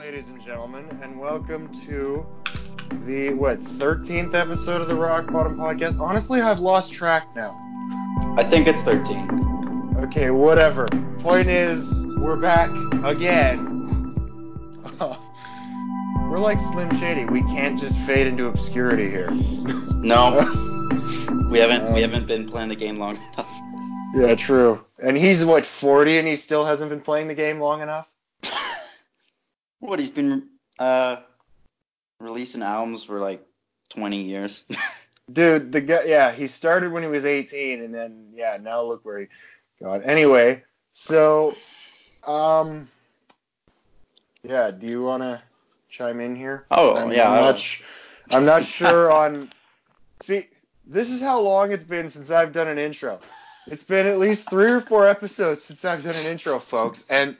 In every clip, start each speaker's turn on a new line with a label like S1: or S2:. S1: ladies and gentlemen, and welcome to the what thirteenth episode of the Rock Bottom Podcast. Honestly, I've lost track now.
S2: I think it's 13.
S1: Okay, whatever. Point is, we're back again. we're like Slim Shady. We can't just fade into obscurity here.
S2: No, we haven't
S1: Um,
S2: we haven't been playing the game long enough.
S1: Yeah, true. And he's what forty, and he still hasn't been playing the game long enough.
S2: What he's been uh, releasing albums for like 20 years.
S1: Dude, the guy, yeah, he started when he was 18, and then, yeah, now look where he got. Anyway, so, um, yeah, do you want to chime in here?
S2: Oh
S1: I'm,
S2: yeah,
S1: I'm
S2: I-
S1: not, sh- I'm not sure on. See, this is how long it's been since I've done an intro. It's been at least three or four episodes since I've done an intro, folks, and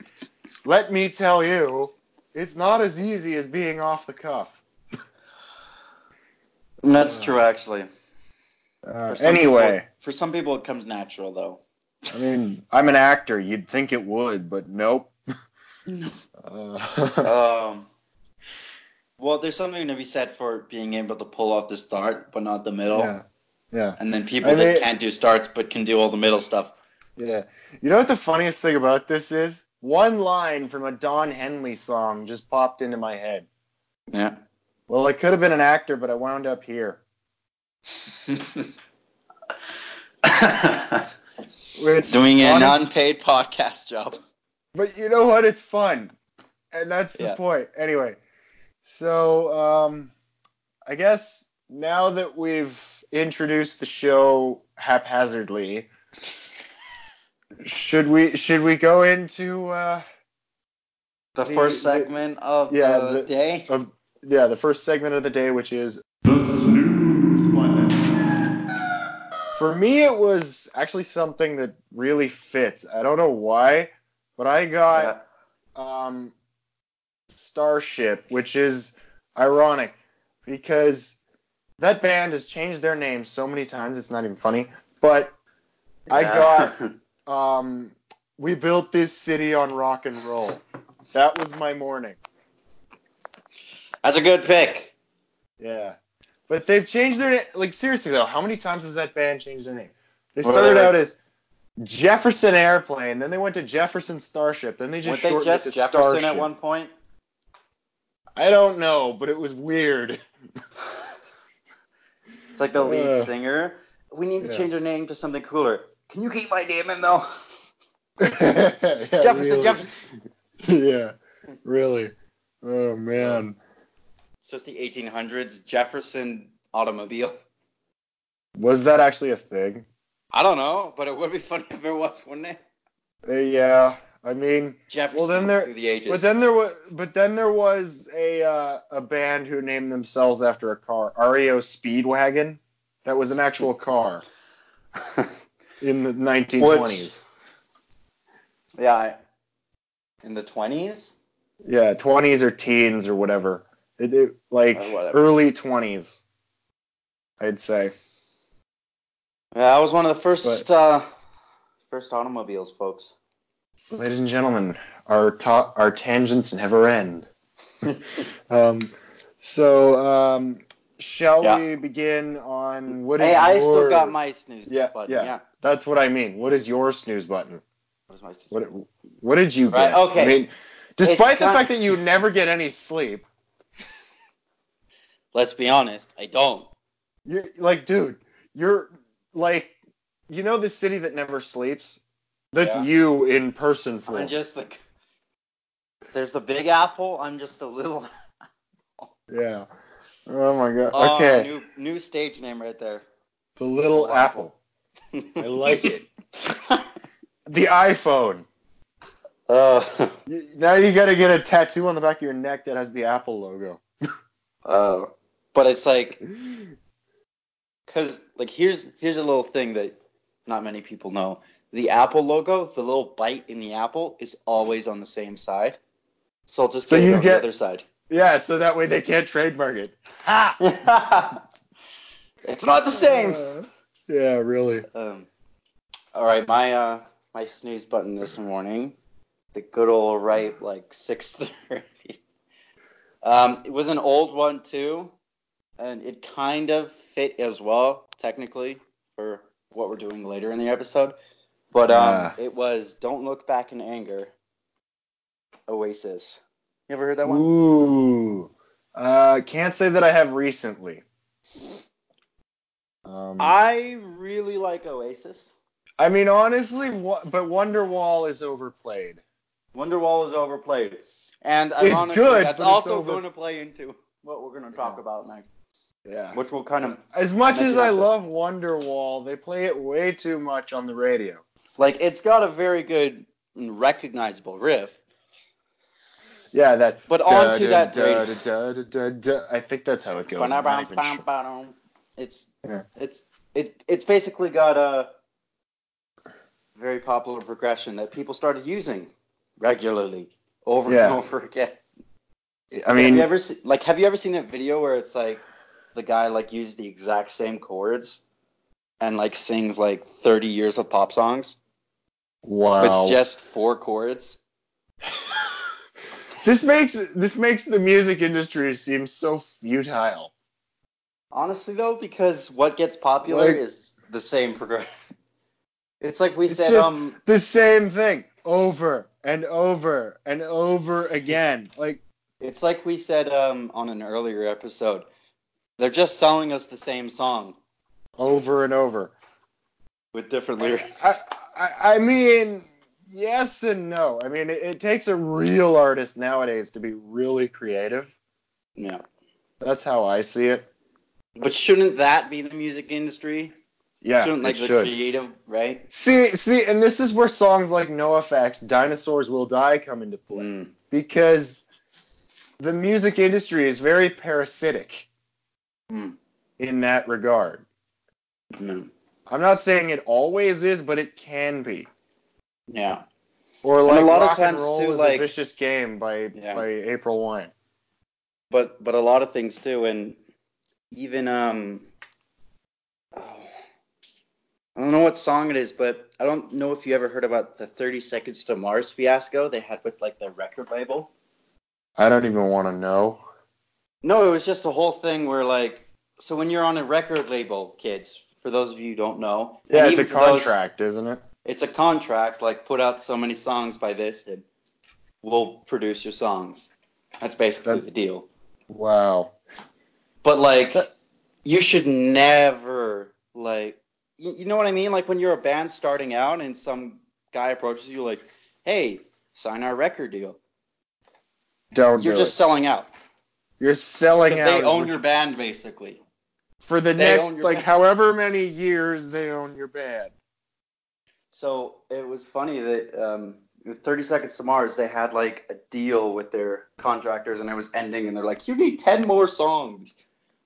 S1: let me tell you, it's not as easy as being off the cuff.
S2: that's true actually.
S1: Uh,
S2: For some
S1: anyway.
S2: people- for some people it comes natural though.
S1: I mean, I'm an actor. You'd think it would, but nope. uh,
S2: um, well, there's something to be said for being able to pull off the start but not the middle.
S1: yeah, yeah,
S2: And then people
S1: I
S2: that
S1: mean-
S2: can't do starts but can do all the middle stuff.
S1: yeah. You know what the funniest thing about this is? One line from a Don Henley song just popped into my head.
S2: Yeah.
S1: Well, I could have been an actor, but I wound up here. Which,
S2: Doing an
S1: honest-
S2: unpaid podcast job.
S1: but you know what? It's fun, and that's the
S2: Yeah.
S1: point. Anyway, so um, I guess now that we've introduced the show haphazardly, should we should we go into uh,
S2: The
S1: The-
S2: first
S1: the-
S2: segment of
S1: yeah,
S2: the,
S1: the-
S2: day.
S1: of yeah the first segment of the day, which is
S3: The snooze button.
S1: for me it was actually something that really fits. I don't know why, but I got. um, Starship, which is ironic because that band has changed their name so many times it's not even funny. But I got- um, we built this city on rock and roll. That was my morning.
S2: That's a good pick.
S1: Yeah, but they've changed their name. Like seriously though, how many times has that band changed their name? They
S2: Well,
S1: started
S2: they were-
S1: out as Jefferson Airplane, then they went to Jefferson Starship, then they
S2: Weren't
S1: just
S2: they
S1: shortened it
S2: just
S1: to
S2: Jefferson at
S1: Starship.
S2: one point?
S1: I don't know, but it was weird.
S2: It's like the lead
S1: Uh,
S2: singer. We need to
S1: yeah.
S2: change our name to something cooler. Can you keep my name in though?
S1: Yeah,
S2: Jefferson,
S1: really.
S2: Jefferson.
S1: yeah, really. Oh man.
S2: It's just the 1800s Jefferson automobile.
S1: Was that actually a thing?
S2: I don't know, but it would be funny if it was, wouldn't it?
S1: Uh, yeah, I mean,
S2: Jefferson
S1: Well, then there-
S2: through the ages.
S1: but then there was, but then there was a uh, a band who named themselves after a car, REO Speedwagon. That was an actual car in the 1920s.
S2: yeah, I, in the 20s.
S1: Yeah, 20s or teens or whatever. It, it- like
S2: Or Uh, whatever.
S1: early 20s, I'd say.
S2: Yeah, that was one of the first uh, first automobiles, folks.
S1: Ladies and gentlemen, our ta- our tangents never end. um, so, um, shall
S2: Yeah.
S1: we begin on what is
S2: Hey, I still
S1: your-
S2: got my snooze
S1: Yeah,
S2: button.
S1: yeah.
S2: Yeah.
S1: That's what I mean. What is your snooze button?
S2: What is my snooze?
S1: What What did you
S2: Right,
S1: get?
S2: okay.
S1: I mean, despite
S2: It's
S1: the
S2: not-
S1: fact that you never get any sleep,
S2: Let's be honest, I don't.
S1: you're like, dude, you're like, you know, the city that never sleeps. That's
S2: Yeah.
S1: you in person for.
S2: I'm just like there's the Big Apple. I'm just a little.
S1: yeah. Oh my god.
S2: Oh,
S1: okay.
S2: New new stage name right there.
S1: the little
S2: Wow.
S1: apple. I like it. The iPhone.
S2: Uh,
S1: You- Now you gotta get a tattoo on the back of your neck that has the Apple logo.
S2: uh, but it's like because like here's here's a little thing that not many people know. The Apple logo, the little bite in the apple, is always on the same side. So I'll just
S1: So
S2: get it
S1: you
S2: on
S1: get-
S2: the other side.
S1: Yeah, so that way they can't trademark it. Ha!
S2: it's not the same.
S1: Uh, yeah, really.
S2: Um, all right, my uh, my snooze button this morning, the good old right like six thirty. Um, it was an old one too, and it kind of fit as well, technically, for what we're doing later in the episode. But um,
S1: Ah.
S2: it was "Don't Look Back in Anger." Oasis. You ever heard that one?
S1: Ooh. Uh, can't say that I have recently. Um, I,
S2: I really like Oasis.
S1: mean, honestly, wha- but Wonderwall is overplayed.
S2: Wonderwall is overplayed, and
S1: It's
S2: ironically,
S1: good,
S2: that's
S1: but it's
S2: also
S1: over-
S2: going to play into what we're going to talk
S1: Yeah.
S2: about next,
S1: Yeah.
S2: which will kind of
S1: As um, much
S2: Imagine
S1: as I
S2: after-
S1: love Wonderwall, they play it way too much on the radio.
S2: like it's got a very good and recognizable riff,
S1: Yeah, that.
S2: but
S1: da,
S2: onto
S1: da,
S2: that
S1: da,
S2: radio.
S1: da, da, da, da. I think that's how it goes. I'm not even sure.
S2: Ba-da-bum-bum-bum. It's
S1: Yeah.
S2: it's it it's basically got a very popular progression that people started using regularly over and
S1: Yeah.
S2: over again.
S1: I
S2: have
S1: mean,
S2: you ever se- like have you ever seen that video where it's like the guy like used the exact same chords and like sings like 30 years of pop songs
S1: wow.
S2: with just four chords?
S1: this makes this makes the music industry seem so futile.
S2: Honestly, though, because what gets popular
S1: Like-
S2: is the same progression. It's like we
S1: It's
S2: said,
S1: just-
S2: um,
S1: The same thing over and over and over again. Like,
S2: it's like we said um, on an earlier episode. They're just selling us the same song
S1: over and over.
S2: with different lyrics.
S1: I, I, I mean, yes and no. I mean, it, it takes a real artist nowadays to be really creative.
S2: yeah,
S1: That's how I see it.
S2: but shouldn't that be the music industry?
S1: Yeah,
S2: shouldn't like
S1: it
S2: the
S1: should.
S2: creative, right?
S1: see, see, and this is where songs like No Effects, Dinosaurs Will Die come into play
S2: Mm.
S1: because the music industry is very parasitic
S2: Mm.
S1: in that regard.
S2: mm,
S1: I'm not saying it always is, but it can be.
S2: Yeah,
S1: Or
S2: And
S1: like
S2: a lot of
S1: rock and
S2: times,
S1: roll
S2: too,
S1: is a
S2: like-
S1: vicious game by
S2: Yeah.
S1: by April Wine.
S2: but but a lot of things too, and even um, oh, I don't know what song it is, but I don't know if you ever heard about the Thirty Seconds to Mars fiasco they had with like the record label.
S1: I don't even want to know.
S2: No, it was just a whole thing where like so when you're on a record label, kids, for those of you who don't know.
S1: Yeah,
S2: and
S1: it's a
S2: even for those-
S1: contract, isn't it?
S2: it's a contract, like put out so many songs by this and we'll produce your songs. That's basically
S1: That-
S2: the deal.
S1: Wow.
S2: But like
S1: That-
S2: you should never like you, you know what I mean? Like when you're a band starting out and some guy approaches you like, Hey, sign our record deal.
S1: Don't
S2: You're
S1: do
S2: just selling out.
S1: it. You're selling
S2: Because
S1: out
S2: they
S1: is
S2: own
S1: what-
S2: your band basically.
S1: for the
S2: they
S1: next
S2: own your
S1: like
S2: band.
S1: however many years they own your band.
S2: So it was funny that um, with 30 Seconds to Mars, they had like a deal with their contractors and it was ending, and they're like, you need 10 more songs.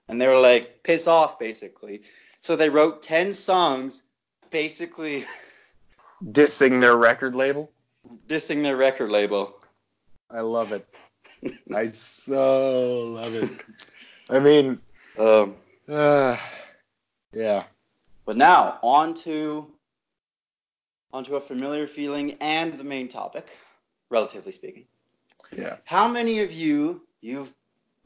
S2: And they were like, piss off, basically. So they wrote 10 songs, basically
S1: Dissing their record label.
S2: dissing their record label.
S1: I love it. I so love it. I mean,
S2: Um,
S1: uh, yeah.
S2: but now, on to, on to a familiar feeling and the main topic, relatively speaking.
S1: Yeah.
S2: how many of you you've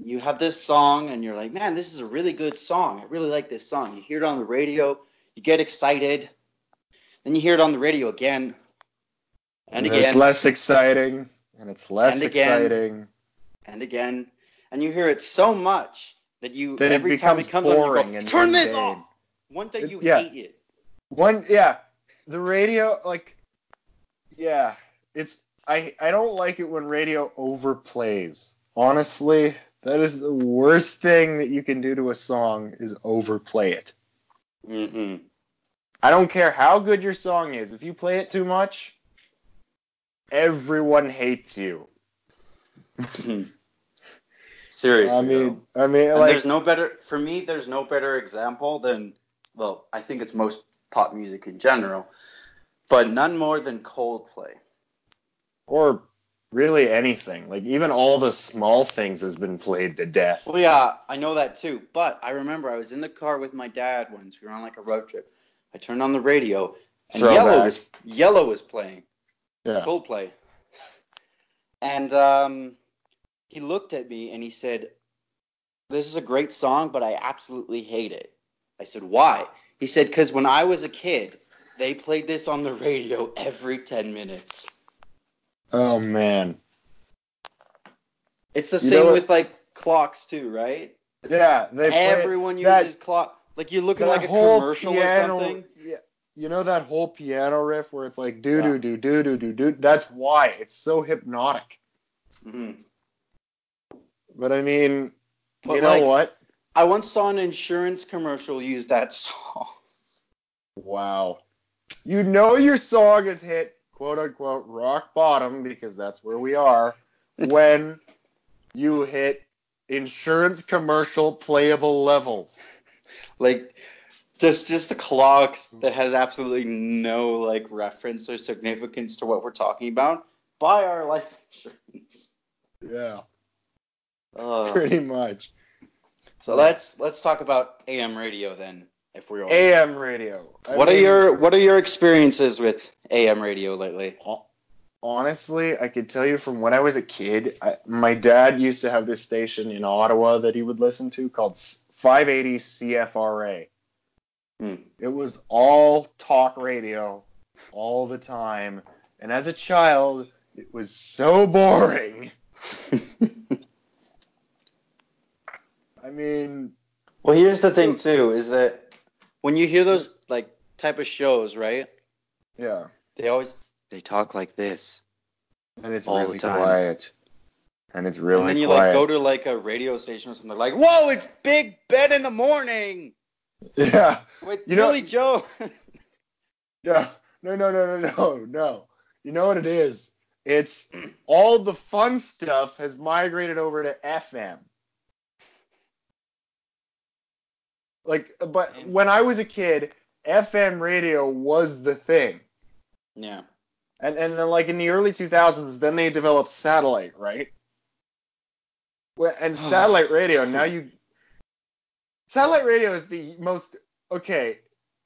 S2: you have this song and you're like man this is a really good song i really like this song you hear it on the radio you get excited then you hear it on the radio again
S1: And
S2: and
S1: it's
S2: again
S1: less exciting and it's less
S2: And again.
S1: exciting.
S2: and again and you hear it so much that you
S1: Then it
S2: every time it
S1: becomes
S2: comes on you
S1: boring
S2: go,
S1: and
S2: turn this
S1: mundane."
S2: off one day
S1: It-
S2: you
S1: yeah.
S2: hate it
S1: One yeah, the radio like yeah, it's I I don't like it when radio overplays. Honestly, that is the worst thing that you can do to a song is overplay it.
S2: mm-hmm.
S1: I don't care how good your song is. If you play it too much, everyone hates you.
S2: seriously
S1: I mean, I mean,
S2: And
S1: like,
S2: there's no better for me. There's no better example than well, I think it's most pop music in general, but none more than Coldplay.
S1: or really anything. Like, even all the small things has been played to death.
S2: Well, yeah, I know that too. But I remember I was in the car with my dad once. We were on like a road trip. I turned on the radio, and
S1: Throwback.
S2: Yellow was Yellow was playing
S1: Yeah.
S2: Coldplay, and um, he looked at me and he said, "This is a great song, but I absolutely hate it." I said, "Why?" He said, "Because when I was a kid, they played this on the radio every ten minutes."
S1: Oh man.
S2: It's the
S1: You know
S2: same
S1: what-
S2: with like clocks too, right?
S1: Yeah, they play it-
S2: Everyone
S1: that-
S2: uses clock. Like you're looking
S1: that
S2: like a
S1: whole
S2: commercial
S1: piano-
S2: or something.
S1: Yeah, you know that whole piano riff where it's like doo doo doo doo doo doo doo. That's why it's so hypnotic.
S2: hmm
S1: Mm-hmm. But I mean,
S2: But
S1: you know
S2: like-
S1: what?
S2: I once saw an insurance commercial use that song.
S1: Wow. You know your song has hit quote unquote rock bottom because that's where we are when you hit insurance commercial playable levels.
S2: like just just the clocks that has absolutely no like reference or significance to what we're talking about buy our life insurance
S1: Yeah,
S2: uh,
S1: pretty much.
S2: so let's let's talk about am radio then if we're on
S1: AM radio. I
S2: what are
S1: mean,
S2: your what are your experiences with am radio lately
S1: Honestly, I could tell you from when I was a kid, I, my dad used to have this station in Ottawa that he would listen to called S- 580 CFRA.
S2: Hmm.
S1: It was all talk radio all the time. And as a child, it was so boring. I mean,
S2: well here's the thing too is that when you hear those like type of shows right
S1: yeah.
S2: they always they talk like this
S1: And it's
S2: All the
S1: really
S2: time.
S1: quiet. And it's really
S2: and then you
S1: quiet.
S2: like go to like a radio station or something like whoa it's big ben in the morning
S1: yeah.
S2: with
S1: You know-
S2: Billy Joe.
S1: No, no, no, no, no, no, no. You know what it is? It's all the fun stuff has migrated over to FM. Like, but when I was a kid, FM radio was the thing.
S2: yeah.
S1: And and then like in the early 2000s, then they developed satellite, right? Well,
S2: Oh,
S1: and satellite radio now you satellite radio is the most okay.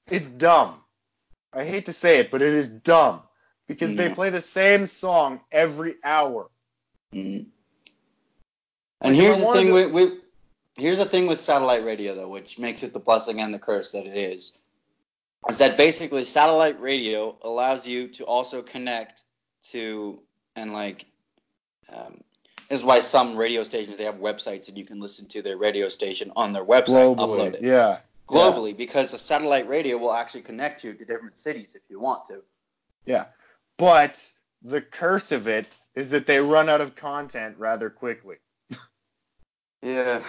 S1: It's dumb. I hate to say it, but it is dumb because they
S2: Yeah.
S1: play the same song every hour.
S2: And
S1: Like, if
S2: Mm-hmm. here's
S1: I
S2: the
S1: wanted
S2: thing
S1: to-
S2: with, with here's the thing with satellite radio though, which makes it the blessing and the curse that it is, is that basically satellite radio allows you to also connect to and like. Um, this is why some radio stations they have websites and you can listen to their radio station on their website, upload it
S1: yeah,
S2: globally because the satellite radio will actually connect you to different cities if you want to.
S1: yeah. But the curse of it is that they run out of content rather quickly.
S2: Yeah.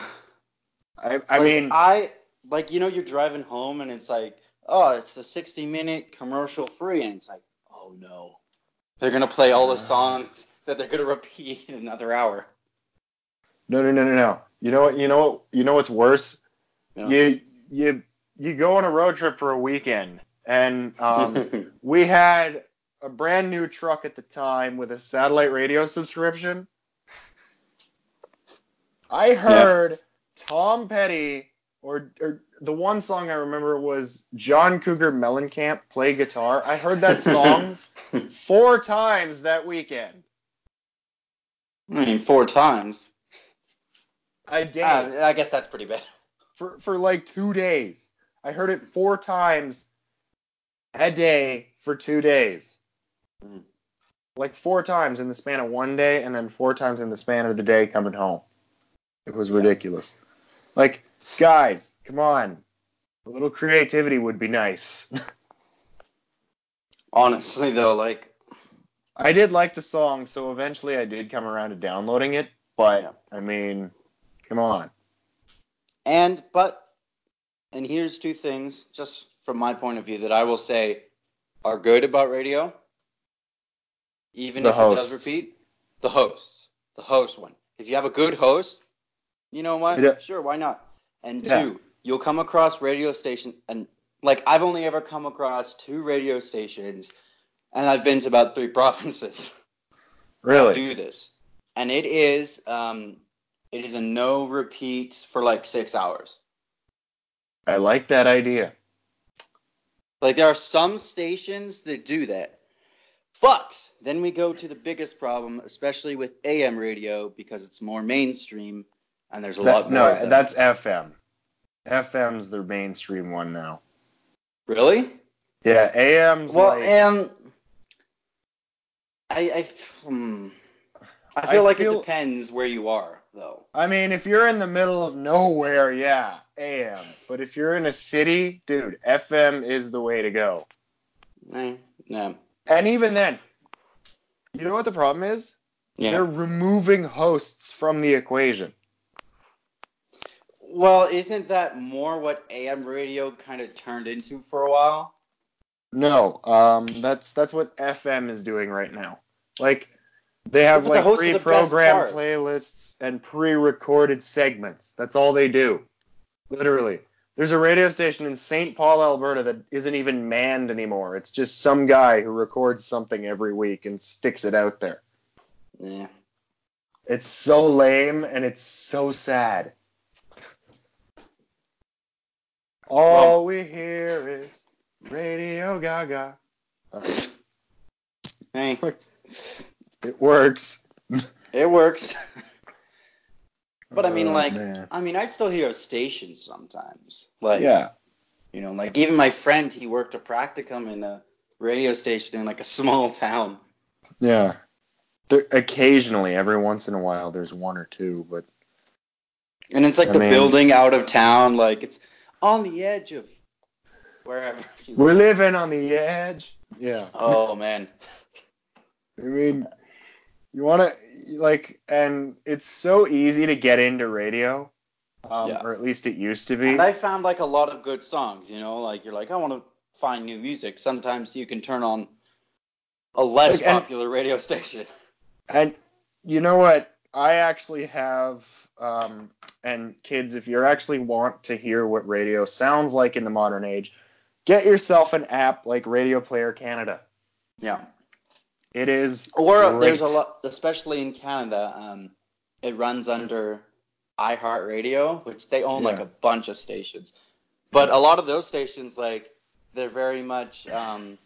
S1: I, I
S2: Like,
S1: mean,
S2: I like you know you're driving home and it's like, oh, it's the 60 minute commercial free, and it's like, oh no, they're gonna play
S1: Uh.
S2: all the songs that they're gonna repeat in another hour.
S1: No, no, no, no, no. You know what? You know what? You know what's worse?
S2: Yeah.
S1: You you you go on a road trip for a weekend, and um, we had a brand new truck at the time with a satellite radio subscription. I heard Tom Petty or or the one song I remember was John Cougar Mellencamp play guitar. I heard that song four times that weekend.
S2: I mean, four times.
S1: I did.
S2: Ah, I guess that's pretty bad.
S1: for for like two days. I heard it four times a day for two days.
S2: Mm.
S1: Like four times in the span of one day, and then four times in the span of the day coming home. It was ridiculous. Like, guys, come on. A little creativity would be nice.
S2: Honestly, though, like,
S1: I did like the song, so eventually I did come around to downloading it, but
S2: Yeah.
S1: I mean, come on.
S2: and but, and here's two things, just from my point of view, that I will say are good about radio, even
S1: The
S2: if it
S1: hosts.
S2: does repeat. The hosts, the host one. If you have a good host, you know what?
S1: Yeah.
S2: Sure, why not? And
S1: Yeah.
S2: two, you'll come across radio station and like I've only ever come across two radio stations, and I've been to about three provinces
S1: Really?
S2: do this, and it is um, it is a no repeats for like six hours.
S1: I like that idea.
S2: Like there are some stations that do that, But then we go to the biggest problem, especially with AM radio, because it's more mainstream and there's a lot
S1: That-
S2: more. of
S1: no,
S2: them.
S1: that's FM. FM's their mainstream one now.
S2: really
S1: Yeah, AM's
S2: well,
S1: like,
S2: and I, I, hmm. I feel
S1: I
S2: like
S1: feel-
S2: it depends where you are, though.
S1: I mean, if you're in the middle of nowhere, yeah, AM. But if you're in a city, dude, FM is the way to go.
S2: Eh, no,
S1: And even then, you know what the problem is?
S2: yeah.
S1: They're removing hosts from the equation.
S2: Well, isn't that more what AM radio kind of turned into for a while?
S1: No, um, that's that's what FM is doing right now. Like they have
S2: But the
S1: like
S2: hosts are the best
S1: pre-programmed
S2: part.
S1: playlists and pre-recorded segments. That's all they do. Literally. There's a radio station in St. Paul, Alberta that isn't even manned anymore. It's just some guy who records something every week and sticks it out there.
S2: Yeah.
S1: It's so lame and it's so sad. All we hear is Radio Gaga.
S2: Hey,
S1: It works.
S2: it works. But I mean,
S1: Oh,
S2: like-
S1: man.
S2: I mean, I still hear a station sometimes. Like,
S1: yeah,
S2: you know, like even my friend, he worked a practicum in a radio station in like a small town.
S1: yeah. There, occasionally, every once in a while, there's one or two, but
S2: And it's like
S1: I
S2: the
S1: mean-
S2: building out of town, like it's on the edge of wherever. You
S1: we're living on the edge. Yeah,
S2: Oh man,
S1: I mean, you want to like, and it's so easy to get into radio, um,
S2: Yeah.
S1: or at least it used to be.
S2: and I found like a lot of good songs. You know, like you're like I want to find new music. Sometimes you can turn on a less
S1: Like, and-
S2: popular radio station.
S1: And you know what? I actually have, um, and kids, if you actually want to hear what radio sounds like in the modern age, get yourself an app like Radio Player Canada.
S2: Yeah,
S1: It is
S2: or
S1: great.
S2: there's a lot, especially in Canada. Um, it runs under iHeartRadio, which they own like
S1: Yeah.
S2: a bunch of stations. But a lot of those stations, like they're very much. Um,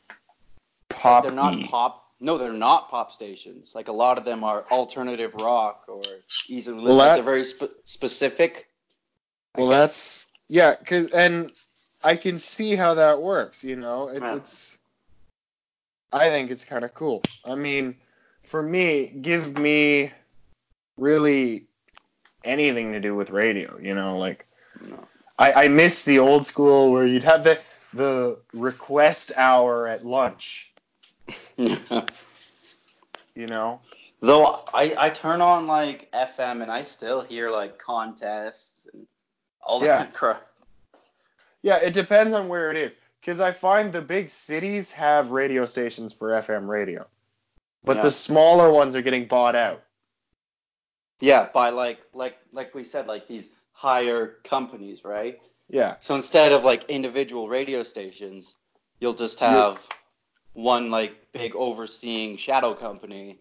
S1: pop.
S2: they're not pop. E. No, they're not pop stations. Like a lot of them are alternative rock or easily.
S1: Well,
S2: like,
S1: that-
S2: they're very spe- specific. I
S1: Well,
S2: guess.
S1: that's yeah, cause and I can see how that works. You know, it's,
S2: Yeah.
S1: it's I think it's kind of cool. I mean, for me, give me really anything to do with radio. You know, like
S2: No.
S1: I, I miss the old school where you'd have the the request hour at lunch. You know,
S2: Though I, I turn on like FM and I still hear like contests and all
S1: Yeah.
S2: that crap.
S1: yeah, it depends on where it is. Because I find the big cities have radio stations for FM radio, but
S2: Yeah.
S1: the smaller ones are getting bought out.
S2: Yeah, by like like like we said, like these higher companies, right?
S1: Yeah,
S2: So instead of like individual radio stations, you'll just
S1: Yeah.
S2: have one like big overseeing shadow company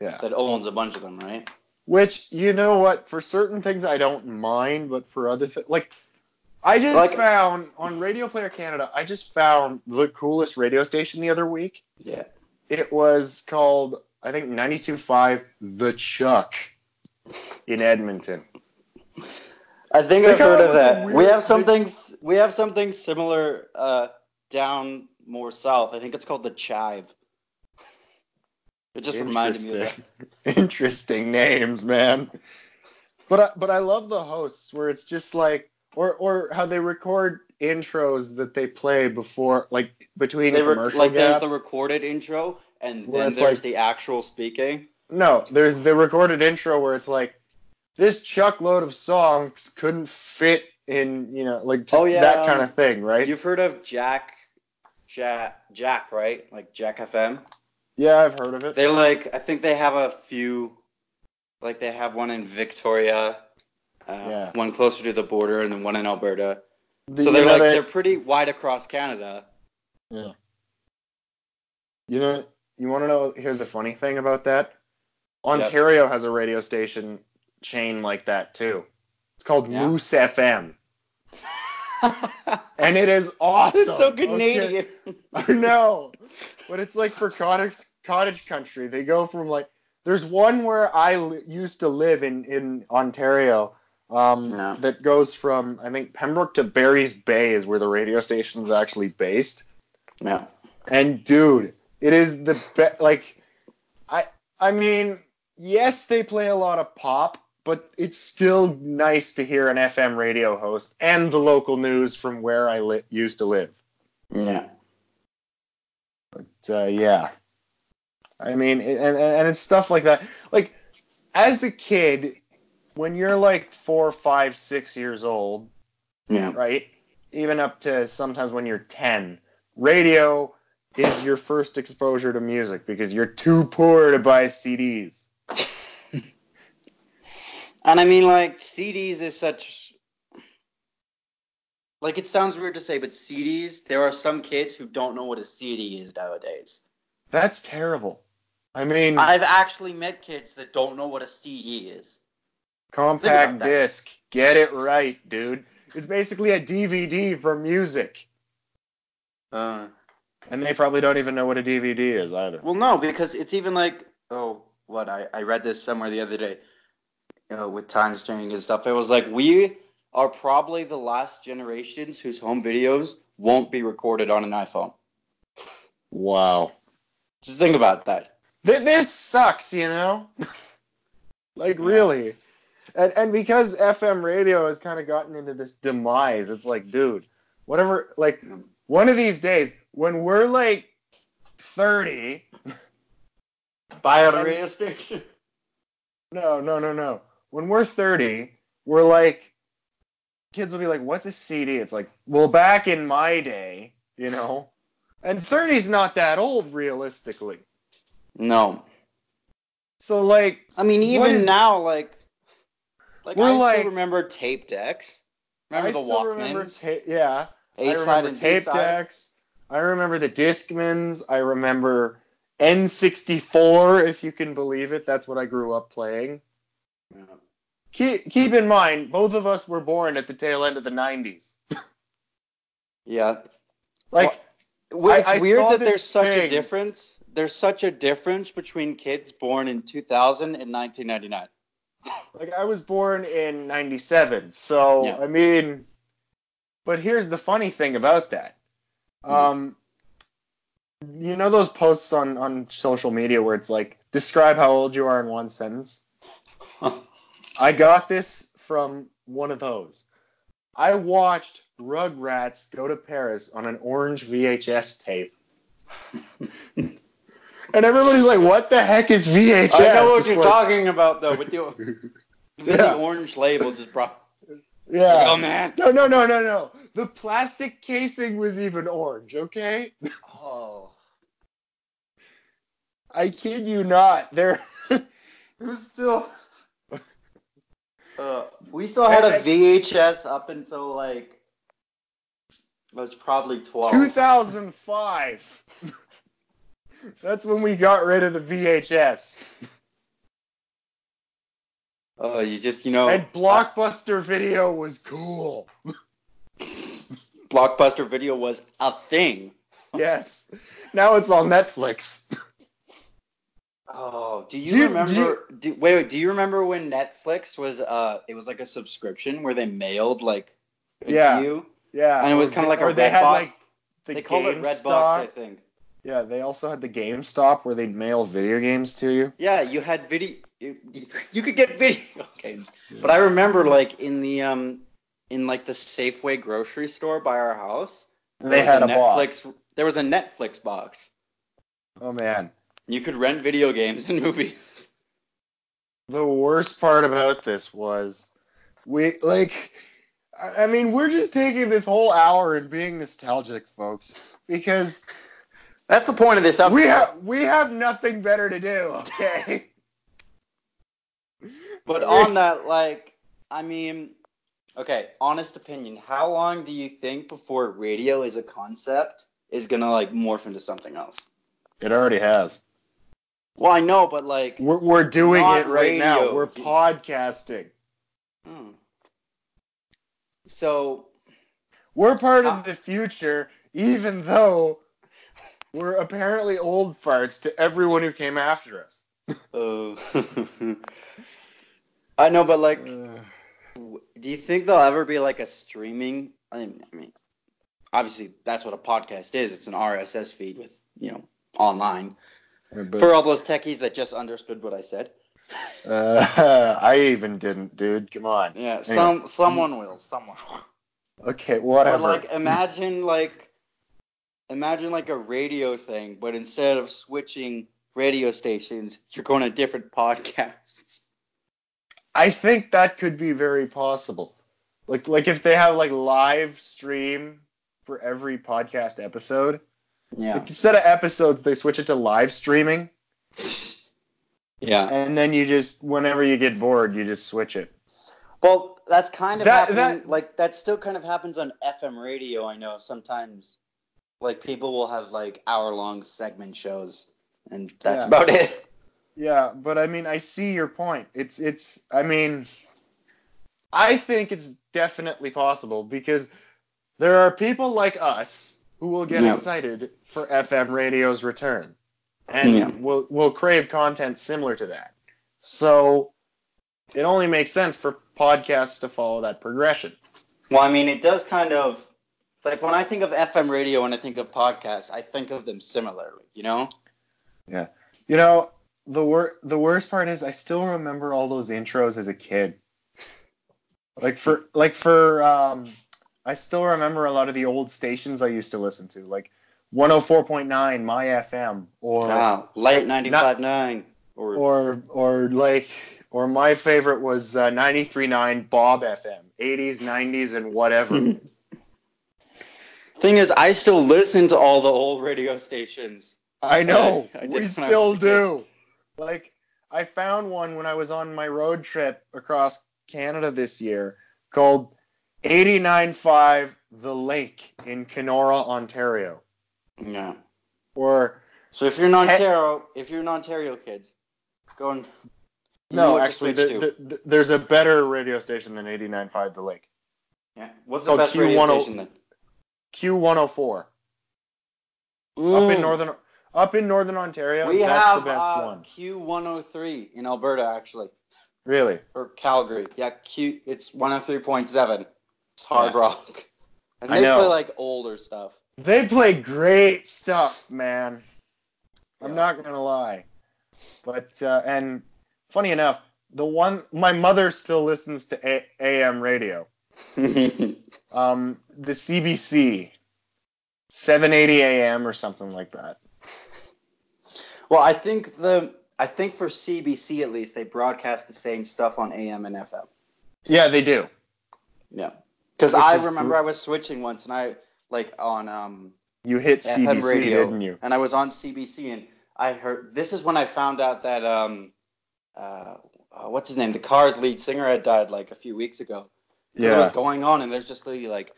S1: yeah.
S2: that owns a bunch of them, right?
S1: Which you know what? For certain things, I don't mind, but for other things, like I just
S2: Like-
S1: found on Radio Player Canada, I just found the coolest radio station the other week.
S2: Yeah.
S1: It was called, I think, 92.5 The Chuck in Edmonton.
S2: I think
S1: They
S2: I've
S1: come
S2: heard
S1: up
S2: of
S1: with
S2: that.
S1: the
S2: We have
S1: weird-
S2: something. s- We have something similar uh, down more south. I think it's called the Chive. It just reminded me of that.
S1: Interesting. Interesting names, man. But I, but I love the hosts where it's just like, or or how they record intros that they play before, like between
S2: They were,
S1: commercial
S2: like there's
S1: gaps.
S2: the recorded intro, and
S1: Well,
S2: then
S1: it's
S2: there's
S1: like-
S2: the actual speaking.
S1: no, there's the recorded intro where it's like, this chuckload of songs couldn't fit in, you know, like just
S2: Oh, yeah,
S1: that kind
S2: um,
S1: of thing, right?
S2: You've heard of Jack, Jack, Jack, right? Like Jack FM.
S1: yeah, I've heard of it.
S2: They're like, I think they have a few, like they have one in Victoria, uh,
S1: Yeah.
S2: one closer to the border, and then one in Alberta.
S1: The-
S2: so
S1: you
S2: they're
S1: know
S2: like
S1: that-
S2: they're pretty wide across Canada.
S1: Yeah. You know, you want to know? Here's the funny thing about that. Ontario has a radio station chain like that too. It's called
S2: Yeah.
S1: Moose FM. and it is awesome.
S2: It's so
S1: Okay.
S2: Canadian.
S1: I know, but it's like for cottage cottage country. They go from like there's one where I l- used to live in in Ontario um,
S2: Yeah.
S1: that goes from I think Pembroke to Barry's Bay is where the radio station is actually based.
S2: Yeah.
S1: And dude, it is the best. Like, I I mean, yes, they play a lot of pop, but it's still nice to hear an FM radio host and the local news from where I li- used to live.
S2: Yeah.
S1: But, uh, yeah, I mean, it- and and and it's stuff like that. Like, as a kid, when you're like four, five, six years old,
S2: Yeah.
S1: right? Even up to sometimes when you're 10. Radio is your first exposure to music because you're too poor to buy CDs.
S2: And I mean, like, CDs is such. Like, it sounds weird to say, but CDs, there are some kids who don't know what a CD is nowadays.
S1: That's terrible. I mean,
S2: I've actually met kids that don't know what a CD is. think
S1: compact
S2: about that.
S1: disc. Get it right, dude. It's basically a DVD for music.
S2: Uh,
S1: And they probably don't even know what a DVD is either.
S2: well, no, because it's even like, oh, what? I, I read this somewhere the other day you know, with time streaming and stuff. It was like, we are probably the last generations whose home videos won't be recorded on an iPhone.
S1: Wow.
S2: Just think about that.
S1: Th- this sucks, you know? like, really. And, and because FM radio has kind of gotten into this demise, it's like, dude, whatever, like, one of these days, when we're like 30,
S2: Buy out a radio station.
S1: no, no, no, no. When we're 30, we're like, kids will be like, what's a CD? It's like, well, back in my day, you know? And 30's not that old, realistically.
S2: No.
S1: So, like,
S2: I mean,
S1: What
S2: even
S1: is-
S2: now, like, like
S1: We're
S2: I
S1: like-
S2: still remember tape decks. Remember
S1: I
S2: the
S1: still remember,
S2: Walkmans?
S1: ta- yeah. I
S2: A side
S1: remember
S2: and
S1: tape
S2: tape deck.
S1: decks. I remember the Discmans. I remember N64, if you can believe it. That's what I grew up playing. Keep, keep in mind, both of us were born at the tail end of the 90s.
S2: Yeah.
S1: Like,
S2: Well,
S1: I-
S2: it's
S1: I
S2: weird
S1: saw
S2: that
S1: this
S2: there's such a
S1: thing.
S2: difference. There's such a difference between kids born in 2000 and 1999.
S1: like I was born in 97. So,
S2: Yeah.
S1: I mean, but here's the funny thing about that.
S2: Hmm.
S1: Um, you know those posts on, on social media where it's like, describe how old you are in one sentence? I got this from one of those. I watched Rugrats go to Paris on an orange VHS tape. and everybody's like, what the heck is VHS?
S2: I know what
S1: It's
S2: you're
S1: like,
S2: talking about, though, with the, with
S1: Yeah.
S2: the orange label just brought.
S1: Yeah.
S2: Oh, man.
S1: No, no, no, no, no. The plastic casing was even orange, okay?
S2: Oh.
S1: I kid you not. There it was still
S2: Uh, we still had a VHS up until like it was probably twelve.
S1: 2005. That's when we got rid of the VHS.
S2: Oh, you just you know,
S1: And Blockbuster Video was cool.
S2: Blockbuster Video was a thing.
S1: Yes. Now it's on Netflix.
S2: Oh, do you
S1: Do you- do
S2: remember? do- wait, wait, do you remember when Netflix was? Uh, it was like a subscription where they mailed like it
S1: Yeah.
S2: to you.
S1: Yeah.
S2: And it was
S1: Or-
S2: kinda like a
S1: or they
S2: Red
S1: had
S2: Box.
S1: like the
S2: they called it
S1: GameStop.
S2: Redbox, I think.
S1: Yeah, they also had the GameStop where they'd mail video games to you.
S2: Yeah, you had video. You, you could get video games, but I remember like in the um in like the Safeway grocery store by our house.
S1: And
S2: There
S1: they
S2: was
S1: had a, box.
S2: Netflix. There was a Netflix box.
S1: Oh man.
S2: You could rent video games and movies.
S1: The worst part about this was we like I I mean, we're just taking this whole hour and being nostalgic, folks, because
S2: That's the point of this episode.
S1: we have we have nothing better to do, okay?
S2: but on that, like, I mean, okay, honest opinion. How long do you think before radio as a concept is gonna like morph into something else?
S1: It already has.
S2: Well, I know, but like,
S1: We're, we're doing
S2: Not
S1: it right now.
S2: radio.
S1: We're podcasting.
S2: hmm. so
S1: We're part of the future, even though we're apparently old farts to everyone who came after us.
S2: Oh. I know, but like,
S1: Ugh.
S2: do you think there'll ever be like a streaming? I mean, I mean, obviously that's what a podcast is. It's an RSS feed with you know online
S1: But,
S2: for all those techies that just understood what I said.
S1: uh, I even didn't, dude. Come on.
S2: Yeah, some someone will, someone. will.
S1: Okay, whatever.
S2: But like, imagine like, imagine like a radio thing, but instead of switching radio stations, you're going to different podcasts.
S1: I think that could be very possible. Like like if they have like live stream for every podcast episode.
S2: Yeah,
S1: Like instead of episodes, they switch it to live streaming,
S2: yeah.
S1: and then you just whenever you get bored, you just switch it.
S2: Well, that's kind of
S1: That-
S2: happening.
S1: that-
S2: like that still kind of happens on FM radio. I know sometimes, like people will have like hour long segment shows, and that's
S1: Yeah.
S2: about it.
S1: Yeah, but I mean, I see your point. It's it's. I mean, I think it's definitely possible because there are people like us who will get
S2: Yeah.
S1: excited for FM radio's return, and
S2: Yeah.
S1: will will crave content similar to that. So it only makes sense for podcasts to follow that progression.
S2: Well, I mean, it does kind of like when I think of FM radio and I think of podcasts, I think of them similarly. You know?
S1: You know, the wor- the worst part is I still remember all those intros as a kid. Like for like for um I still remember a lot of the old stations I used to listen to, like 104.9 My FM or
S2: Wow, Ah, late ninety five nine or,
S1: or or like or my favorite was uh, 93.9 Bob FM, 80s, 90s and whatever.
S2: Thing is, I still listen to all the old radio stations.
S1: I know.
S2: I did when I
S1: we
S2: was
S1: still
S2: a kid.
S1: do. Like I found one when I was on my road trip across Canada this year called 895 The Lake in Kenora, Ontario.
S2: Yeah.
S1: Or
S2: So if you're in
S1: Hey-
S2: Ontario, if you're in Ontario, kids, go and you know
S1: no,
S2: what to
S1: actually
S2: switch
S1: the,
S2: to.
S1: the, the, there's a better radio station than 895 The Lake.
S2: yeah. What's
S1: Oh,
S2: the best radio
S1: Q10
S2: station then?
S1: Q104 up in northern up in northern Ontario.
S2: We
S1: that's
S2: have
S1: the best
S2: uh,
S1: one.
S2: Q103 in Alberta actually,
S1: Really?
S2: or Calgary. Yeah, Q. It's 103.7. It's hard
S1: Yeah.
S2: rock, and
S1: I
S2: they play
S1: know.
S2: like older stuff.
S1: They play great stuff, man. I'm
S2: Yeah.
S1: not gonna lie. But uh, and funny enough, the one my mother still listens to A- AM radio. Um, the CBC, 780 AM or something like that.
S2: well, I think the I think for CBC at least they broadcast the same stuff on AM and FM.
S1: Yeah, they do.
S2: Yeah, because
S1: Which
S2: I
S1: is-
S2: remember I was switching once, and I like on um
S1: You hit
S2: FM
S1: CBC,
S2: radio,
S1: didn't you?
S2: and I was on CBC, and I heard this is when I found out that um, uh, uh, what's his name, the Cars lead singer had died like a few weeks ago. 'Cause it was
S1: Yeah.
S2: going on, and there's just literally like,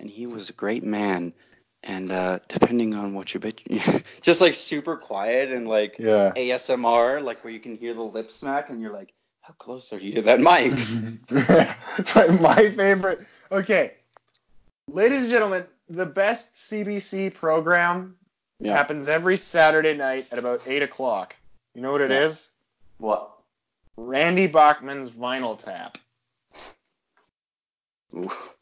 S2: and he was a great man, and uh, depending on what you bitch, just like super quiet and like
S1: Yeah.
S2: ASMR, like where you can hear the lip smack, and you're like, how close are you to that mic?
S1: but my favorite. Okay, ladies and gentlemen, the best CBC program
S2: Yeah.
S1: happens every Saturday night at about eight o'clock. You know what it is?
S2: Yeah. what?
S1: Randy Bachman's Vinyl Tap.
S2: Oof.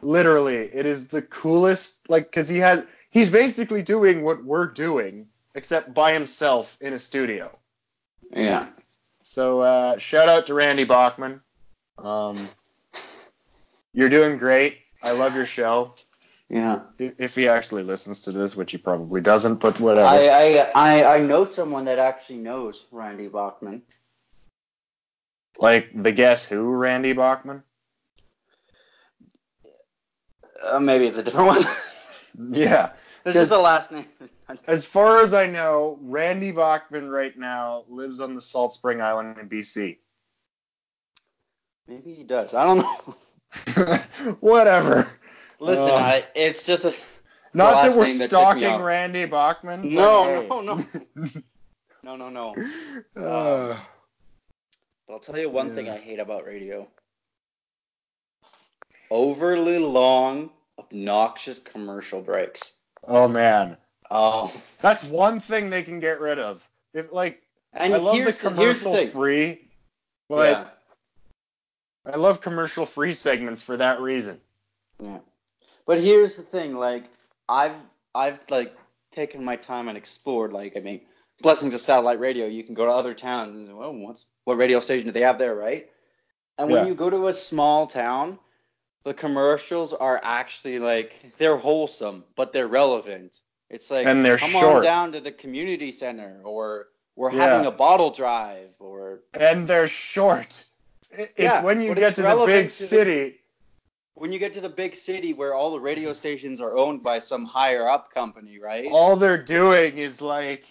S1: Literally, it is the coolest. Like, cause he has, he's basically doing what we're doing, except by himself in a studio.
S2: Yeah.
S1: So uh, shout out to Randy Bachman. Um, you're doing great. I love your show.
S2: Yeah.
S1: If he actually listens to this, which he probably doesn't, but whatever.
S2: I, I I I know someone that actually knows Randy Bachman.
S1: like the Guess Who, Randy Bachman.
S2: Uh, maybe it's a different one.
S1: Yeah.
S2: this is the last name.
S1: As far as I know, Randy Bachman right now lives on the Salt Spring Island in BC.
S2: Maybe he does. I don't know.
S1: whatever.
S2: Listen,
S1: Uh,
S2: I, it's just a
S1: Not
S2: last
S1: that we're
S2: name that took me
S1: stalking
S2: out.
S1: Randy Bachman. but
S2: no,
S1: hey.
S2: no, no, no, no, no.
S1: Uh,
S2: But I'll tell you one thing
S1: Yeah.
S2: I hate about radio: overly long obnoxious commercial breaks.
S1: Oh man,
S2: Oh,
S1: that's one thing they can get rid of. If like
S2: and
S1: I love
S2: here's
S1: the
S2: the, here's the
S1: commercial
S2: thing.
S1: free, but
S2: yeah.
S1: I love commercial free segments for that reason.
S2: Yeah. But here's the thing, like I've I've like taken my time and explored, like I mean, blessings of satellite radio, you can go to other towns and say, well, what's what radio station do they have there, right? And when
S1: Yeah.
S2: you go to a small town, the commercials are actually like they're wholesome, but they're relevant. It's like
S1: And they're
S2: come on
S1: short.
S2: down to the community center or we're
S1: Yeah.
S2: having a bottle drive or
S1: And they're short. I- It's
S2: Yeah,
S1: when you
S2: but
S1: get
S2: it's
S1: to the big
S2: relevant to the-
S1: city.
S2: when you get to the big city where all the radio stations are owned by some higher up company, right?
S1: all they're doing is like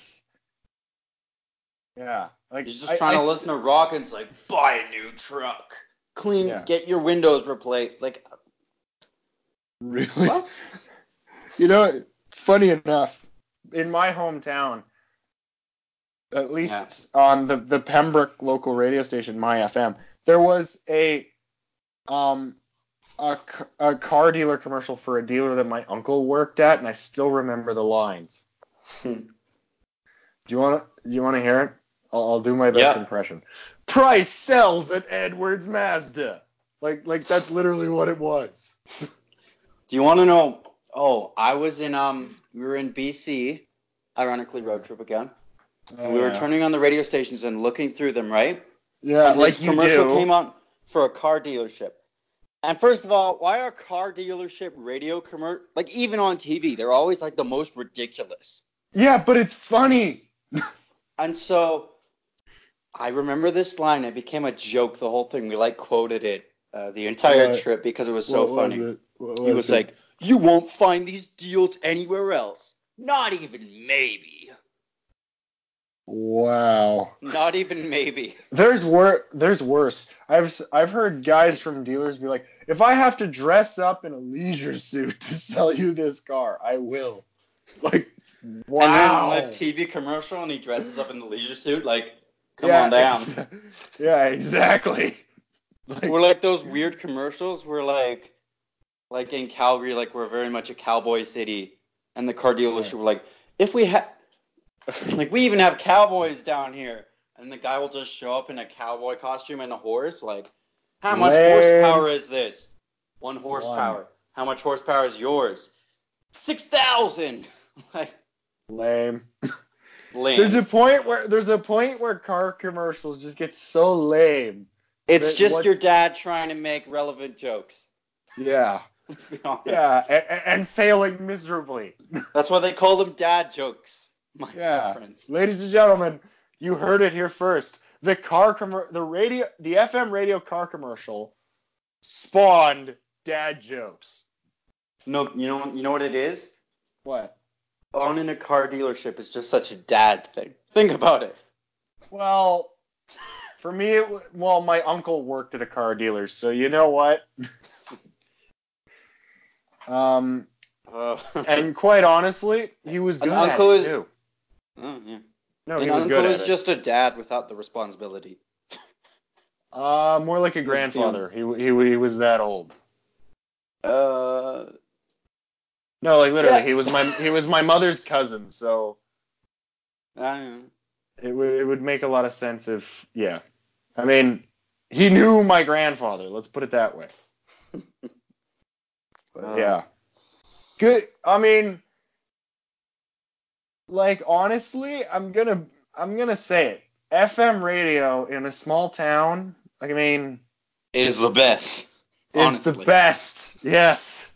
S1: yeah like
S2: You're just
S1: I-
S2: trying
S1: I
S2: to
S1: s-
S2: listen to rock and it's like, buy a new truck, clean,
S1: Yeah.
S2: get your windows replaced. Like,
S1: really
S2: what?
S1: you know funny enough in my hometown at least on the the pembroke local radio station my fm there was a um a, c- a car dealer commercial for a dealer that my uncle worked at and i still remember the lines
S2: Hmm.
S1: do you want to you want to hear it I'll, I'll do my best
S2: Yeah.
S1: impression price sells at edwards mazda like like that's literally what it was
S2: Do you want to know? Oh, I was in um, we were in BC, ironically road trip again.
S1: Oh,
S2: And
S1: Uh,
S2: we were turning on the radio stations and looking through them, right?
S1: yeah
S2: and this
S1: like you
S2: commercial
S1: do
S2: came on for a car dealership. And first of all, why are car dealership radio commer like even on TV? They're always like the most ridiculous.
S1: yeah but it's funny
S2: And so I remember this line. It became a joke the whole thing. We like quoted it uh, the entire
S1: What?
S2: trip because it was so
S1: What was
S2: funny.
S1: it? What
S2: he was
S1: it?
S2: like, You won't find these deals anywhere else. Not even maybe.
S1: wow
S2: Not even maybe.
S1: There's wor- there's worse. I've s- I've heard guys from dealers be like, if I have to dress up in a leisure suit to sell you this car, I will. Like, wow.
S2: And then, like, TV commercial, and he dresses up in the leisure suit. Like, come
S1: Yeah,
S2: on down.
S1: ex- yeah, exactly. Like,
S2: We're like those weird commercials where, like, like in Calgary, like, we're very much a cowboy city. And the car dealership were like, if we had, like, we even have cowboys down here. And the guy will just show up in a cowboy costume and a horse. Like, how much
S1: Lame.
S2: horsepower is this? One horsepower. How much horsepower is yours? 6,000. like,
S1: lame.
S2: lame.
S1: There's a point where there's a point where car commercials just get so lame.
S2: It's
S1: But
S2: just
S1: what's-
S2: your dad trying to make relevant jokes.
S1: Yeah,
S2: Let's be honest.
S1: yeah, and, and failing miserably.
S2: That's why they call them dad jokes. My
S1: Yeah.
S2: friends.
S1: Ladies and gentlemen, you heard it here first. The car commer- the radio the FM radio car commercial spawned dad jokes.
S2: No, you know, you know what it is.
S1: What?
S2: Owning a car dealership is just such a dad thing. Think about it.
S1: Well, for me it w- well my uncle worked at a car dealer, so you know what? um
S2: Uh,
S1: and quite honestly, he was
S2: An
S1: good at
S2: uncle
S1: it
S2: is-
S1: too.
S2: oh, yeah.
S1: No,
S2: An
S1: he was
S2: uncle
S1: good at
S2: is
S1: it.
S2: just a dad without the responsibility.
S1: uh more like a
S2: was feeling-
S1: grandfather. He, w- he w- he was that old.
S2: Uh,
S1: No, like literally,
S2: Yeah.
S1: he was my he was my mother's cousin, so
S2: I don't know.
S1: It would it would make a lot of sense if yeah. I mean, he knew my grandfather. Let's put it that way. But,
S2: Uh.
S1: yeah. Good. I mean, like honestly, I'm gonna I'm gonna say it. FM radio in a small town. I mean,
S2: It is the best.
S1: it's the
S2: Honestly.
S1: best. Yes.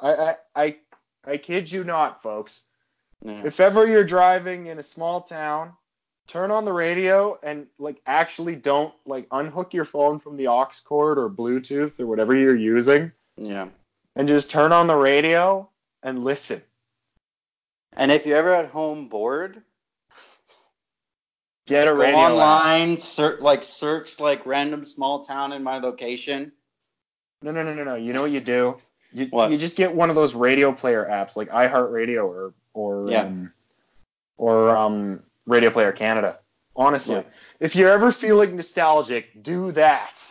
S1: I I. I I kid you not, folks.
S2: Yeah.
S1: If ever you're driving in a small town, turn on the radio and like actually don't like unhook your phone from the aux cord or Bluetooth or whatever you're using
S2: yeah.
S1: and just turn on the radio and listen.
S2: And if you're ever at home bored,
S1: Get a
S2: go
S1: radio app.
S2: online, search like search like random small town in my location.
S1: No, no, no, no, no. You know what you do? You,
S2: What?
S1: you just get one of those radio player apps like iHeartRadio or or
S2: Yeah.
S1: um, or um, Radio Player Canada. Honestly,
S2: Yeah.
S1: if you're ever feeling nostalgic, do that.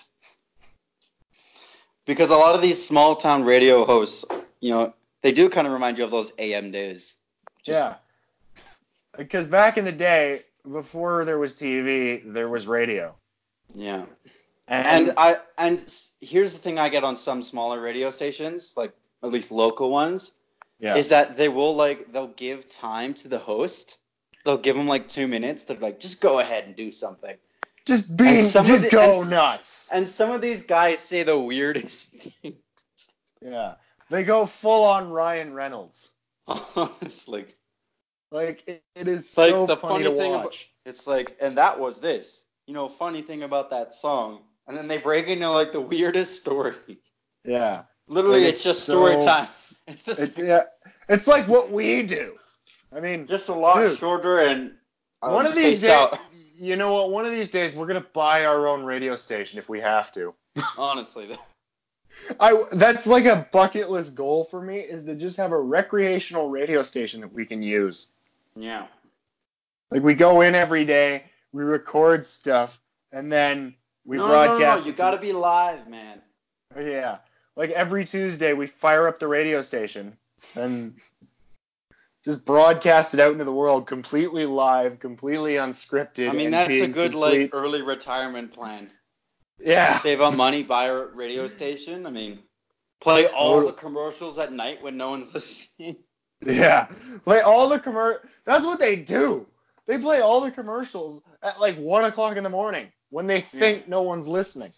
S2: Because a lot of these small town radio hosts, you know, they do kind of remind you of those AM days. Just-
S1: yeah. Because back in the day, before there was TV, there was radio.
S2: Yeah.
S1: And,
S2: And I and s- here's the thing I get on some smaller radio stations, like at least local ones,
S1: yeah,
S2: is that they will like they'll give time to the host. They'll give them like two minutes. They're like, just go ahead and do something.
S1: just being,
S2: and some of
S1: just
S2: the-
S1: go
S2: and-
S1: nuts.
S2: And some of these guys say the weirdest things.
S1: yeah, they go full on Ryan Reynolds.
S2: Honestly,
S1: Like it, it is
S2: Like,
S1: so
S2: the
S1: funny,
S2: funny
S1: to
S2: thing about-
S1: watch.
S2: it's like, and that was this. You know, funny thing about that song, and then they break into like the weirdest story.
S1: yeah,
S2: Literally,
S1: Like,
S2: it's, just
S1: so-
S2: story time. It's just,
S1: It- yeah, it's like what we do. I mean,
S2: just a lot
S1: Dude.
S2: shorter and um,
S1: one of these
S2: spaced
S1: days,
S2: out.
S1: you know what? One of these days, we're gonna buy our own radio station if we have to.
S2: Honestly, though.
S1: I that's like a bucket list goal for me is to just have a recreational radio station that we can use.
S2: yeah,
S1: Like we go in every day, we record stuff, and then we
S2: no,
S1: broadcast.
S2: No, no, no.
S1: it
S2: You
S1: to-
S2: got to be live, man.
S1: Yeah. Like every Tuesday, we fire up the radio station and just broadcast it out into the world completely live, completely unscripted.
S2: I mean,
S1: and
S2: that's a
S1: being
S2: good like
S1: complete-
S2: early retirement plan.
S1: Yeah.
S2: Save up money, buy a radio station. I mean, play all
S1: Totally.
S2: the commercials at night when no one's listening.
S1: Yeah. Play all the commer. That's what they do. They play all the commercials at like 1 o'clock in the morning when they think no one's listening.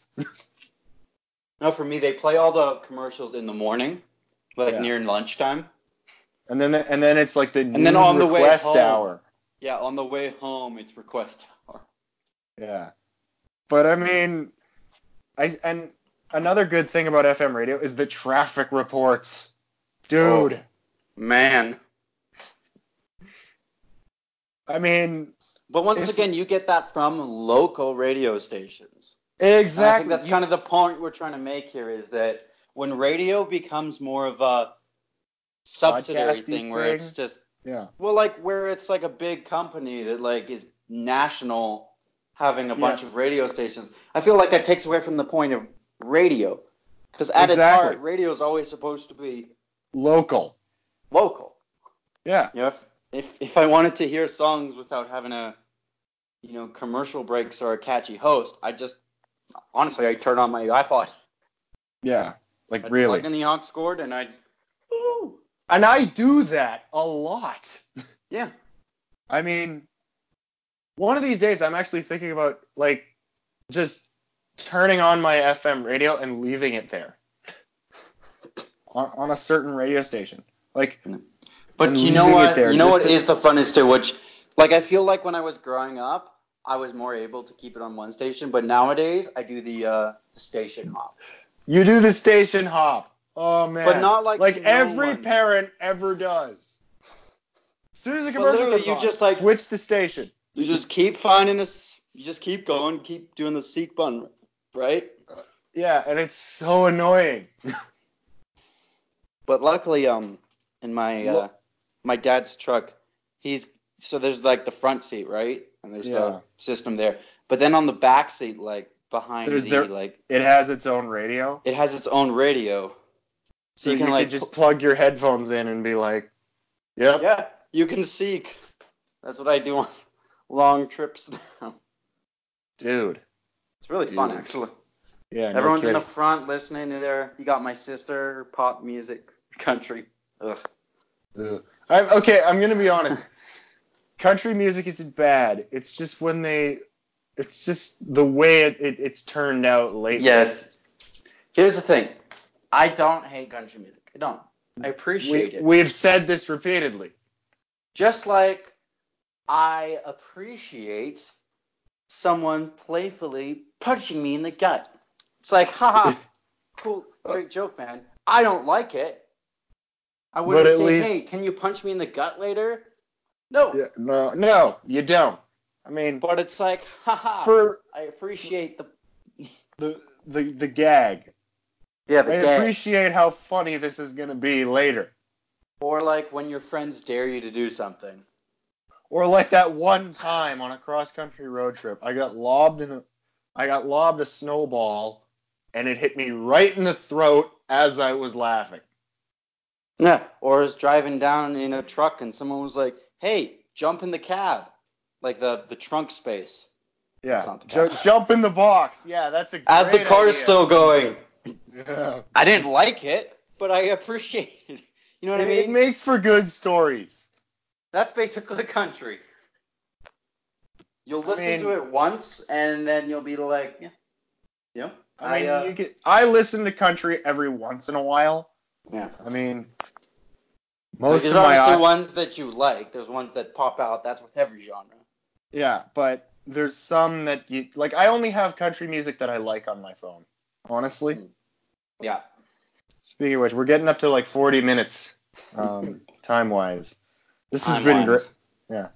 S2: No, for me, they play all the commercials in the morning, like
S1: Yeah.
S2: near lunchtime.
S1: And then, and then it's like the
S2: then
S1: noon
S2: on the way
S1: request
S2: home.
S1: hour.
S2: Yeah, on the way home, it's request hour.
S1: Yeah. But I mean, I and another good thing about FM radio is the traffic reports. Dude,
S2: Oh. Man.
S1: I mean,
S2: But once
S1: It's-
S2: again, you get that from local radio stations. And I
S1: exactly.
S2: think that's kind of the point we're trying to make here is that when radio becomes more of a subsidiary
S1: Podcasty
S2: thing where
S1: thing.
S2: it's just
S1: yeah.
S2: Well, like where it's like a big company that like is national, having a bunch of radio stations. I feel like that takes away from the point of radio, because at
S1: Exactly.
S2: its heart, radio is always supposed to be
S1: Local.
S2: local.
S1: Yeah.
S2: You know, if, if if I wanted to hear songs without having a, you know, commercial breaks or a catchy host, I just honestly I turn on my iPod,
S1: Yeah. Like
S2: I'd
S1: really.
S2: plug in the aux cord, and I, ooh,
S1: And I do that a lot.
S2: yeah,
S1: I mean, one of these days I'm actually thinking about like just turning on my FM radio and leaving it there. on, on a certain radio station. Like
S2: But
S1: and
S2: you know
S1: leaving it
S2: what?
S1: there
S2: you know
S1: just
S2: what
S1: to-
S2: is the funnest to which, like, I feel like when I was growing up, I was more able to keep it on one station. But nowadays, I do the uh, the station hop.
S1: You do the station hop. Oh man.
S2: But not like
S1: like
S2: no
S1: every
S2: one.
S1: parent ever does. As soon as the
S2: But
S1: commercial
S2: literally,
S1: comes
S2: you
S1: on,
S2: just, like-
S1: switch the station.
S2: You just keep finding this. You just keep going, keep doing the seek button, right?
S1: Yeah, and it's so annoying.
S2: But luckily, um, in my uh,
S1: Look.
S2: my dad's truck, he's so there's like the front seat, right? And there's
S1: Yeah.
S2: the system there. But then on the back seat, like behind
S1: There's
S2: the
S1: there-
S2: like,
S1: It has its own radio.
S2: it has its own radio, so,
S1: So
S2: you can like
S1: just plug your headphones in and be like, Yep.
S2: Yeah, you can seek. That's what I do on long trips now.
S1: Dude.
S2: It's really fun,
S1: Dude.
S2: actually.
S1: Yeah. no
S2: Everyone's in the
S1: kidding.
S2: front listening to their. You got my sister, pop music, country. Ugh.
S1: Ugh. I'm, okay, I'm gonna be honest. Country music isn't bad. It's just when they it's just the way it, it, it's turned out lately.
S2: Yes. Here's the thing I don't hate country music. I don't. I appreciate
S1: We,
S2: it.
S1: we've said this repeatedly.
S2: Just like I appreciate someone playfully punching me in the gut. It's like, haha, cool, great joke, man. I don't like it. I wouldn't
S1: But at
S2: say,
S1: least-
S2: hey, can you punch me in the gut later? No.
S1: Yeah, no, no, you don't. I mean,
S2: But it's like, haha,
S1: for
S2: I appreciate the.
S1: the the, the gag,
S2: Yeah,
S1: I appreciate how funny this is gonna be later.
S2: Or like when your friends dare you to do something.
S1: Or like that one time on a cross country road trip, I got lobbed in a, I got lobbed a snowball, and it hit me right in the throat as I was laughing.
S2: Yeah. Or I was driving down in a truck and someone was like, "Hey, jump in the cab," like the the trunk space. It's
S1: Yeah,
S2: not the
S1: Ju-
S2: cab.
S1: jump in the box. Yeah, that's a.
S2: As the
S1: great
S2: car is
S1: idea.
S2: still going,
S1: Yeah.
S2: I didn't like it, but I appreciate it. You know what
S1: It,
S2: I mean?
S1: it makes for good stories.
S2: That's basically country. You'll
S1: I
S2: listen
S1: mean-
S2: to it once, and then you'll be like, yeah, yeah.
S1: I mean,
S2: uh,
S1: you get. I listen to country every once in a while.
S2: yeah.
S1: I mean,
S2: Like,
S1: most of
S2: there's
S1: my
S2: obviously
S1: au-
S2: ones that you like. There's ones that pop out. That's with every genre.
S1: yeah, but there's some that you like. I only have country music that I like on my phone. Honestly,
S2: Yeah.
S1: speaking of which, we're getting up to like 40 minutes, um, time wise. This has been great.
S2: Time-wise.
S1: yeah.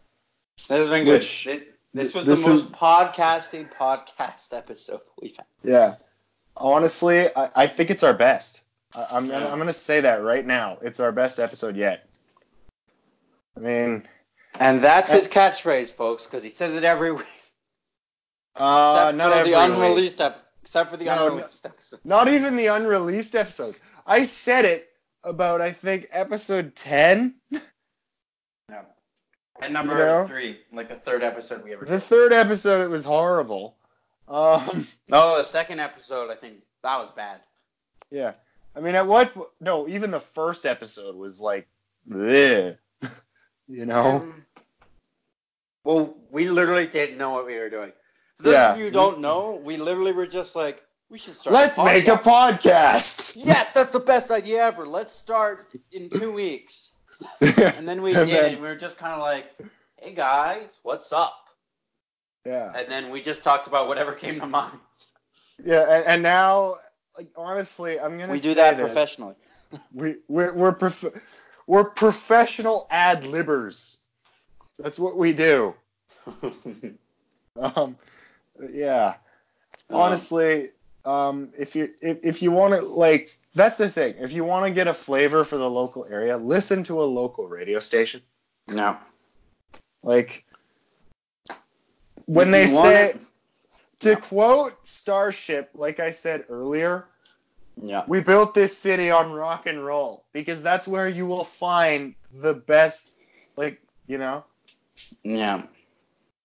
S2: This has been good.
S1: Which-
S2: this, this was
S1: this
S2: the most
S1: is-
S2: podcasting podcast episode we've had.
S1: Yeah. Honestly, I, I think it's our best. I, I'm,
S2: Yeah.
S1: I'm going to say that right now. It's our best episode yet. I mean,
S2: And that's his catchphrase, folks, because he says it every week.
S1: uh,
S2: except
S1: not
S2: for
S1: every
S2: the
S1: week.
S2: unreleased ep- Except for the
S1: No, no.
S2: unreleased episode.
S1: Not even the unreleased episode. I said it about, I think, episode 10,
S2: And number
S1: You know?
S2: three, like the third episode we ever
S1: the third episode. It was horrible. Um,
S2: No, the second episode, I think that was bad.
S1: yeah. I mean, at what? No, even the first episode was like, bleh. you know?
S2: Um, Well, we literally didn't know what we were doing. For those
S1: Yeah.
S2: of you who don't know, we literally were just like, we should start.
S1: Let's make a
S2: podcast.
S1: podcast.
S2: Yes, that's the best idea ever. Let's start in two weeks. And then we
S1: And
S2: did
S1: then-
S2: it. And we were just kind of like, hey guys, what's up?
S1: yeah.
S2: And then we just talked about whatever came to mind.
S1: Yeah, and, and now, like honestly, I'm gonna
S2: We do
S1: say
S2: that professionally.
S1: We we're we're, prof- we're professional ad libbers. That's what we do. Um, yeah, honestly, um, if you if, if you want to like, that's the thing. If you want to get a flavor for the local area, listen to a local radio station.
S2: no.
S1: Like when
S2: If
S1: they
S2: you want
S1: say,
S2: it-
S1: to quote Starship, like I said earlier,
S2: Yeah.
S1: We built this city on rock and roll because that's where you will find the best, like, you know,
S2: Yeah.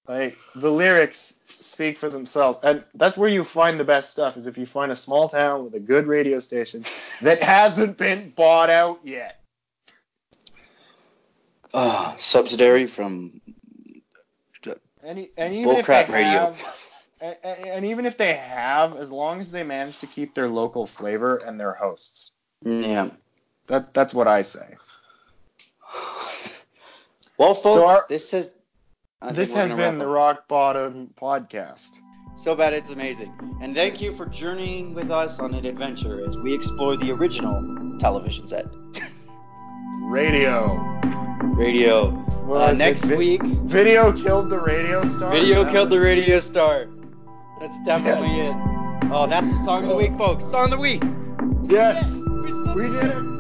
S1: like the lyrics speak for themselves. And that's where you find the best stuff is if you find a small town with a good radio station that hasn't been bought out yet.
S2: Uh, subsidiary from
S1: And, e-, and even if
S2: Bullcrap
S1: they
S2: Radio.
S1: have, and, and- and even if they have, as long as they manage to keep their local flavor and their hosts,
S2: Yeah.
S1: that that's what I say.
S2: Well, folks,
S1: our-
S2: this has I think
S1: this
S2: we're
S1: has
S2: gonna
S1: been
S2: wrap
S1: the
S2: up.
S1: Rock Bottom podcast.
S2: so bad it's amazing, and thank you for journeying with us on an adventure as we explore the original television set,
S1: Radio.
S2: radio.
S1: Well,
S2: uh,
S1: is it
S2: next
S1: vi-
S2: week,
S1: Video killed the radio star.
S2: video
S1: That
S2: killed
S1: was-
S2: the radio star. That's definitely it. Oh, that's the song of the week, folks. Song of the week.
S1: Yes,
S2: We,
S1: we did it.